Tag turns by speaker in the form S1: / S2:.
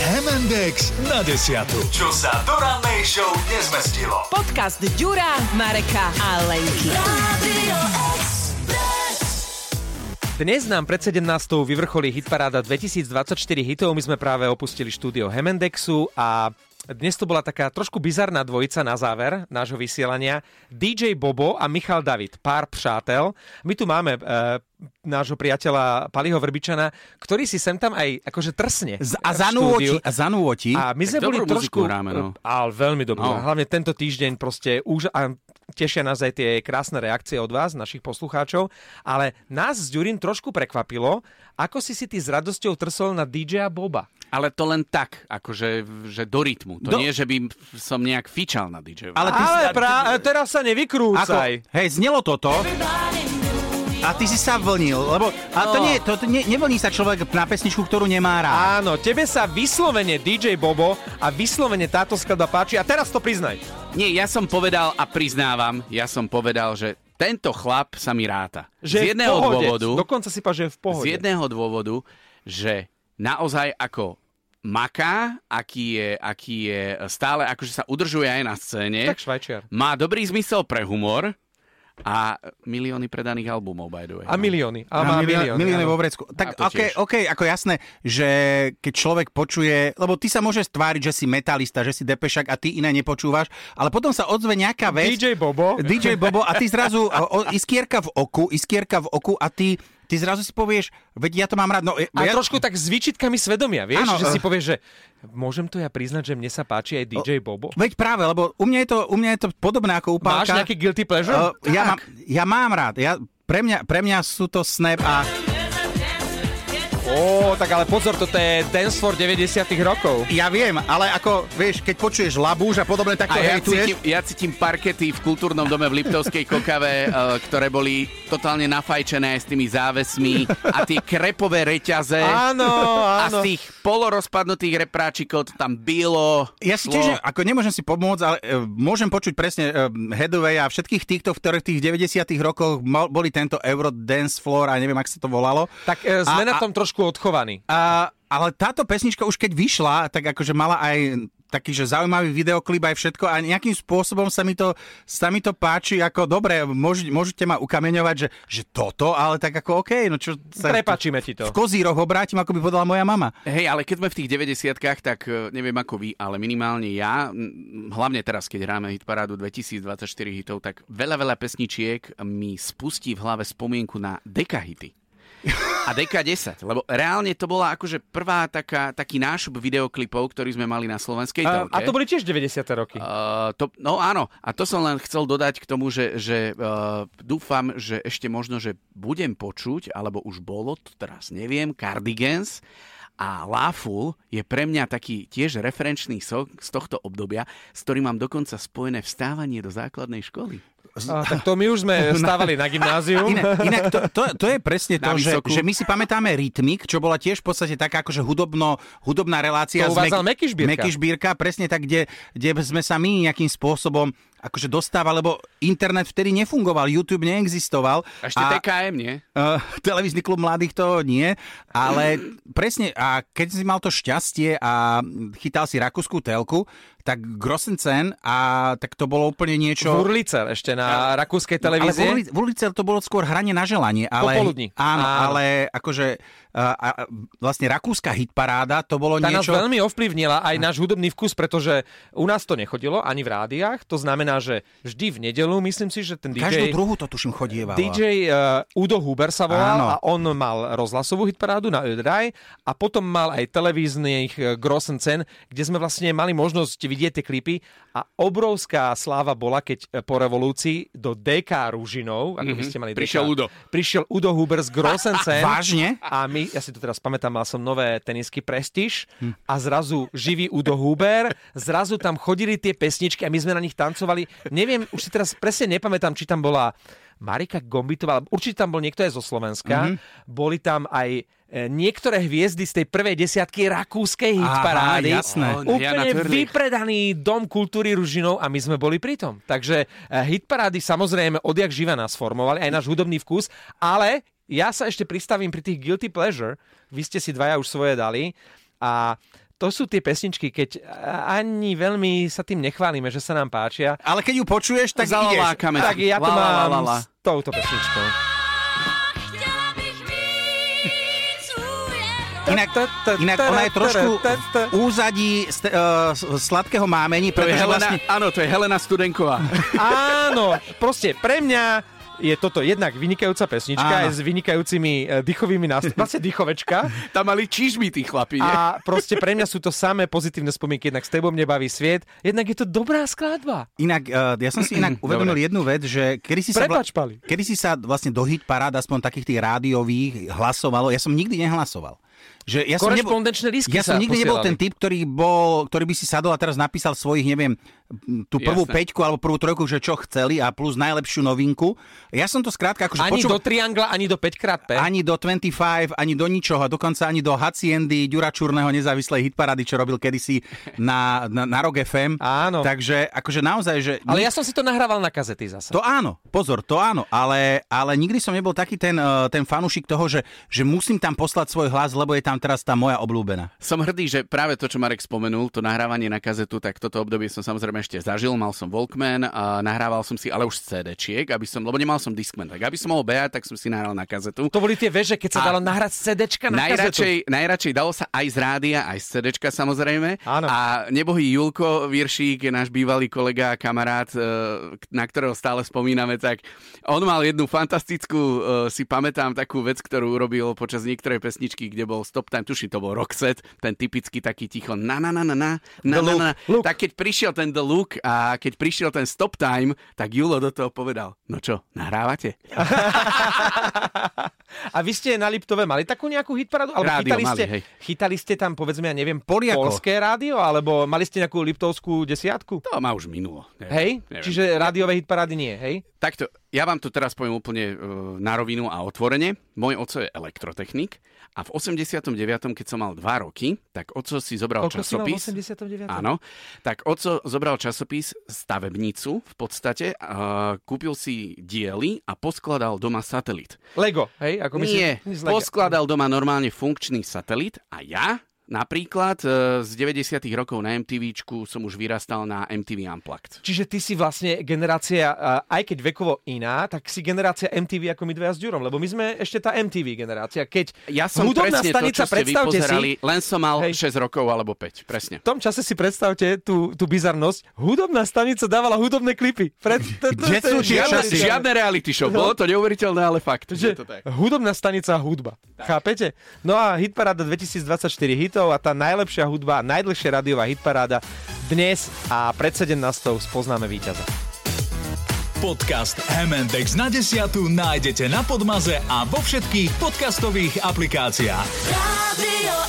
S1: Index na desiatu. Čo sa do rannej show nezmestilo.
S2: Podcast Ďura, Mareka a Lenky.
S3: Dnes nám pred 17. vyvrcholí hitparáda 2024 hitov. My sme práve opustili štúdio Hemendexu a dnes to bola taká trošku bizarná dvojica na záver nášho vysielania. DJ Bobo a Michal David, pár přátel. My tu máme e, nášho priateľa Paliho Vrbičana, ktorý si sem tam aj akože trsne.
S4: Z, a
S3: v
S4: zanúoti,
S3: štúdiu.
S4: a zanúoti.
S3: A my sme
S4: dobrú
S3: boli
S4: muziku
S3: trošku...
S4: hráme, no.
S3: Ale veľmi dobrú.
S4: No.
S3: No. Hlavne tento týždeň proste už... A tešia nás aj tie krásne reakcie od vás, našich poslucháčov. Ale nás s Ďurín trošku prekvapilo, ako si si ty s radosťou trsol na DJ Boba.
S5: Ale to len tak, akože že do rytmu. To
S4: Do-
S5: do... nie, že by som nejak fičal na DJ.
S4: Ale ty
S3: Ale
S4: si-
S3: pra, teraz sa
S4: Ako,
S3: nevykrúcaj.
S4: hej, znelo toto a ty si sa vlnil, lebo a to
S3: No.
S4: nie, to, to nie, nevlní sa človek na pesničku, ktorú nemá rád.
S3: Áno, tebe sa vyslovene DJ Bobo a vyslovene táto skladba páči. A teraz to priznaj.
S5: Nie, ja som povedal a priznávam, ja som povedal, že tento chlap sa mi ráta.
S3: Že je
S5: z
S3: v
S5: jedného
S3: pohode.
S5: dôvodu,
S3: Dokonca si pa, že je v pohode.
S5: z jedného dôvodu, že naozaj ako maká, aký je, aký je stále, akože sa udržuje aj na scéne.
S3: Tak švajčiar.
S5: Má dobrý zmysel pre humor a milióny predaných albumov, by the way.
S3: A milióny. A,
S4: A
S3: má
S4: milió-
S3: milióny.
S4: milióny
S3: áno.
S4: vo vrecku.
S5: A
S4: Tak
S5: to
S4: ok,
S5: tiež.
S4: ok, ako jasné, že keď človek počuje, lebo ty sa môžeš tváriť, že si metalista, že si depešak a ty iné nepočúvaš, ale potom sa odzve nejaká vec.
S3: DJ Bobo.
S4: DJ Bobo a ty zrazu o, o, iskierka v oku, iskierka v oku a ty, ty zrazu si povieš, veď ja to mám rád.
S3: A
S4: No,
S3: ja...
S4: ja,
S3: trošku tak s výčitkami svedomia, vieš?
S4: Áno,
S3: Ano, že si
S4: eh.
S3: povieš, že môžem to ja priznať, že mne sa páči aj DJ Bobo.
S4: Veď práve, lebo u mňa je to, u mňa je to podobné ako u
S3: Máš
S4: Pálka.
S3: nejaký guilty pleasure?
S4: Uh, ja, mám, ja mám rád. Ja, pre, mňa, pre mňa sú to Snap a...
S3: Ó, tak ale pozor, toto je dance for 90 rokov.
S4: Ja viem, ale ako, vieš, keď počuješ labúž a podobné, tak
S5: A
S4: to
S5: ja
S4: hejtuješ.
S5: cítim, ja cítim parkety v kultúrnom dome v Liptovskej Kokave, e, ktoré boli totálne nafajčené s tými závesmi a tie krepové reťaze.
S3: Áno,
S5: A
S3: áno.
S5: z tých polorozpadnutých repráčikov to tam bylo.
S4: Ja si
S5: šlo.
S4: tiež, ako nemôžem si pomôcť, ale e, môžem počuť presne e, Headway a všetkých týchto, v ktorých v tých 90 rokoch mal, boli tento Euro Dance Floor a neviem, ak sa to volalo.
S3: Tak e, sme
S4: A-
S3: na
S4: a-
S3: tom trošku odchovaní.
S4: A, ale táto pesnička už keď vyšla, tak akože mala aj taký, že zaujímavý videoklip aj všetko a nejakým spôsobom sa mi to, sa mi to páči, ako dobre, môž, môžete ma ukameňovať, že, že toto, ale tak ako OK, no čo sa...
S3: Prepačíme ti to.
S4: V kozíroch obrátim, ako by povedala moja mama.
S5: Hej, ale keď sme v tých 90-kách, tak e, neviem ako vy, ale minimálne ja, m, hlavne teraz, keď hráme hitparádu 2024 hitov, tak veľa, veľa pesničiek mi spustí v hlave spomienku na dekahity. A DK10, lebo reálne to bola akože prvá taká, taký nášup videoklipov, ktorý sme mali na slovenskej
S3: A,
S5: telke.
S3: a to boli tiež 90 roky.
S5: Uh, to, no áno, a to som len chcel dodať k tomu, že, že uh, dúfam, že ešte možno, že budem počuť, alebo už bolo, to teraz neviem, Cardigans a Laful je pre mňa taký tiež referenčný sok z tohto obdobia, s ktorým mám dokonca spojené vstávanie do základnej školy.
S3: A, tak to my už sme stávali na gymnáziu.
S4: Inak, inak to, to, to je presne to,
S5: Na
S4: že,
S5: vysokú.
S4: že my si pamätáme Rytmik, čo bola tiež v podstate taká akože hudobno, hudobná relácia.
S3: To
S4: z
S3: uvádzal
S4: Mek-
S3: Meky Žbírka.
S4: Meky Žbírka, presne tak, kde, kde sme sa my nejakým spôsobom akože dostávali, lebo internet vtedy nefungoval, YouTube neexistoval.
S5: A Ešte
S4: a-
S5: TKM, nie?
S4: Uh, televízny klub mladých to nie, ale presne, a keď si mal to šťastie a chytal si rakúskú telku, tak Grossencen a tak to bolo úplne niečo...
S3: Vurlice ešte na rakúskej televízie.
S4: Ale v, ulici, v ulici to bolo skôr hranie na želanie. Ale,
S3: Popoludní.
S4: Áno,
S3: Áno.
S4: ale akože a, a, a vlastne rakúska hitparáda, to bolo
S3: Tá nás
S4: niečo... Hm.
S3: veľmi ovplyvnila aj náš hudobný vkus, pretože u nás to nechodilo ani v rádiách. To znamená, že vždy v nedelu, myslím si, že ten DJ...
S4: Každú druhú to tuším chodievalo.
S3: DJ uh, Udo Huber sa volal
S4: Áno.
S3: a on mal rozhlasovú hitparádu na Ödraj a potom mal aj televíznych eh, Grossen Cen, kde sme vlastne mali možnosť vidieť tie klipy a obrovská sláva bola, keď eh, po revolúcii do DK Ružinov, ako
S4: Mhm.
S3: by ste mali
S5: Prišiel
S3: DK,
S5: Udo.
S3: prišiel Udo Huber z Grossen Cen.
S4: Vážne?
S3: A my, ja si to teraz pamätám, mal som nové tenisky Prestige a zrazu živý Udo Huber, zrazu tam chodili tie pesničky a my sme na nich tancovali. Neviem, už si teraz presne nepamätám, či tam bola Marika Gombitová, ale určite tam bol niekto aj zo Slovenska. Boli tam aj e, niektoré hviezdy z tej prvej desiatky rakúskej
S4: Aha,
S3: hitparády.
S4: jasné.
S5: Ó,
S3: Úplne
S5: Jana Törlik.
S3: vypredaný dom kultúry Ružinov a my sme boli pritom. Takže e, hitparády samozrejme odjak živa nás formovali, aj náš hudobný vkus, ale ja sa ešte pristavím pri tých guilty pleasure. Vy ste si dvaja už svoje dali a to sú tie pesničky, keď eh, ani veľmi sa tým nechválime, že sa nám páčia.
S4: Ale keď ju počuješ, tak
S5: Zalalákame.
S4: ideš.
S3: Tak ja to
S5: La, la,
S3: mám
S5: la, la.
S3: s touto pesničkou.
S4: Inak, inak ona je trošku v úzadí st- uh, sladkého mámení,
S5: To je
S4: pretože
S5: Helena,
S4: vlastne...
S5: áno, to je Helena Studenková.
S3: Áno, proste pre mňa je toto jednak vynikajúca pesnička
S4: Áno.
S3: aj s vynikajúcimi e, dýchovými nástrojmi, vlastne dýchovečka.
S5: Tam mali čižmy tí chlapí, nie?
S3: A proste pre mňa sú to samé pozitívne spomienky, jednak s tebou mne baví sviet, jednak je to dobrá skladba.
S4: Inak, uh, ja som si inak uvedomil
S5: Dobre.
S4: jednu vec, že kedy si,
S3: Prepač,
S4: sa
S3: Pali.
S4: kedy si sa vlastne do hit parád, aspoň takých tých rádiových, hlasovalo, ja som nikdy nehlasoval. Že ja som nebol,
S3: Korešpondenčné lístky
S4: ja
S3: sa
S4: som nikdy nebol
S3: posielali.
S4: ten typ, ktorý, bol, ktorý by si sadol a teraz napísal svojich, neviem, m, tú prvú
S5: Jasné.
S4: peťku alebo prvú trojku, že čo chceli a plus najlepšiu novinku. Ja som to skrátka akože
S3: Ani
S4: počúval-
S3: do triangla, ani do 5xP.
S4: Ani do 25, ani do ničoho, dokonca ani do Haciendy, Ďura Čurného nezávislej hitparády, čo robil kedysi na, na, na Rock FM.
S3: Áno.
S4: Takže akože naozaj, že...
S3: Ale ja som si to nahrával na kazety zase.
S4: To áno, pozor, to áno, ale, ale nikdy som nebol taký ten, eh, ten fanúšik toho, že, že musím tam poslať svoj hlas, lebo je tam teraz tá moja obľúbená.
S5: Som hrdý, že práve to, čo Marek spomenul, to nahrávanie na kazetu, tak toto obdobie som samozrejme ešte zažil. Mal som Walkman, a nahrával som si ale už z CD-čiek, aby som, lebo nemal som Discman, tak aby som mohol behať, tak som si nahral na kazetu.
S3: To boli tie veže, keď sa
S5: A-
S3: dalo nahrať CDčka na kazetu.
S5: Najradšej, najradšej dalo sa aj z rádia, aj z CDčka samozrejme.
S3: Áno.
S5: A nebohý Julko Viršík je náš bývalý kolega a kamarát, e, k- na ktorého stále spomíname, tak on mal jednu fantastickú, e, si pamätám takú vec, ktorú urobil počas niektorej pesničky, kde bol stop time, tuším, to bol Roxet, ten typický taký ticho na na na na na na
S3: The
S5: na,
S3: Look,
S5: na.
S3: Look.
S5: Tak keď prišiel ten The Look a keď prišiel ten stop time, tak Julo do toho povedal, no čo, nahrávate?
S3: A vy ste na Liptove mali takú nejakú hitparadu? Alebo
S5: Rádio
S3: chytali,
S5: mali,
S3: ste,
S5: hej.
S3: chytali ste tam, povedzme, ja neviem,
S4: Poliako.
S3: polské rádio? Alebo mali ste nejakú liptovskú desiatku?
S5: To ma už minulo. Neviem,
S3: Hej?
S5: neviem.
S3: Čiže rádiové hitparády nie, hej?
S5: Takto, ja vám to teraz poviem úplne e, na rovinu a otvorene. Môj oco je elektrotechnik a v 89., keď som mal 2 roky, tak oco si zobral
S3: Koľko si mal v
S5: časopis.
S3: 89.?
S5: Áno, tak oco zobral časopis Stavebnicu v podstate, a kúpil si diely a poskladal doma satelit.
S3: Lego, hej? Ako myslím,
S5: Nie,
S3: nič Lega.
S5: poskladal doma normálne funkčný satelit a ja napríklad e, z 90. rokov na MTVčku som už vyrastal na MTV Unplugged.
S3: Čiže ty si vlastne generácia, a- aj keď vekovo iná, tak si generácia MTV ako my dvaja s Ďurom, lebo my sme ešte tá MTV generácia. Keď
S5: Ja som
S3: hudobná
S5: presne
S3: stanica,
S5: to, čo ste vy
S3: predstavte si,
S5: pozerali, len som mal
S3: Hej.
S5: 6 rokov alebo 5, presne.
S3: v tom čase si predstavte tú, tú bizarnosť. Hudobná stanica dávala hudobné klipy. Pred, to, to,
S4: Kde sú tie
S5: Žiadne,
S4: časy?
S5: žiadne reality show, bolo to neuveriteľné, ale
S3: No.
S5: fakt.
S3: Že
S5: je to tak.
S3: hudobná stanica a hudba. Chápete? No a hitparáda 2024 hitov a tá najlepšia hudba, najdlhšia rádiová hitparáda dnes a pred 17. spoznáme víťaza.
S1: Podcast Hemendex na desiatu nájdete na Podmaze a vo všetkých podcastových aplikáciách.
S6: Radio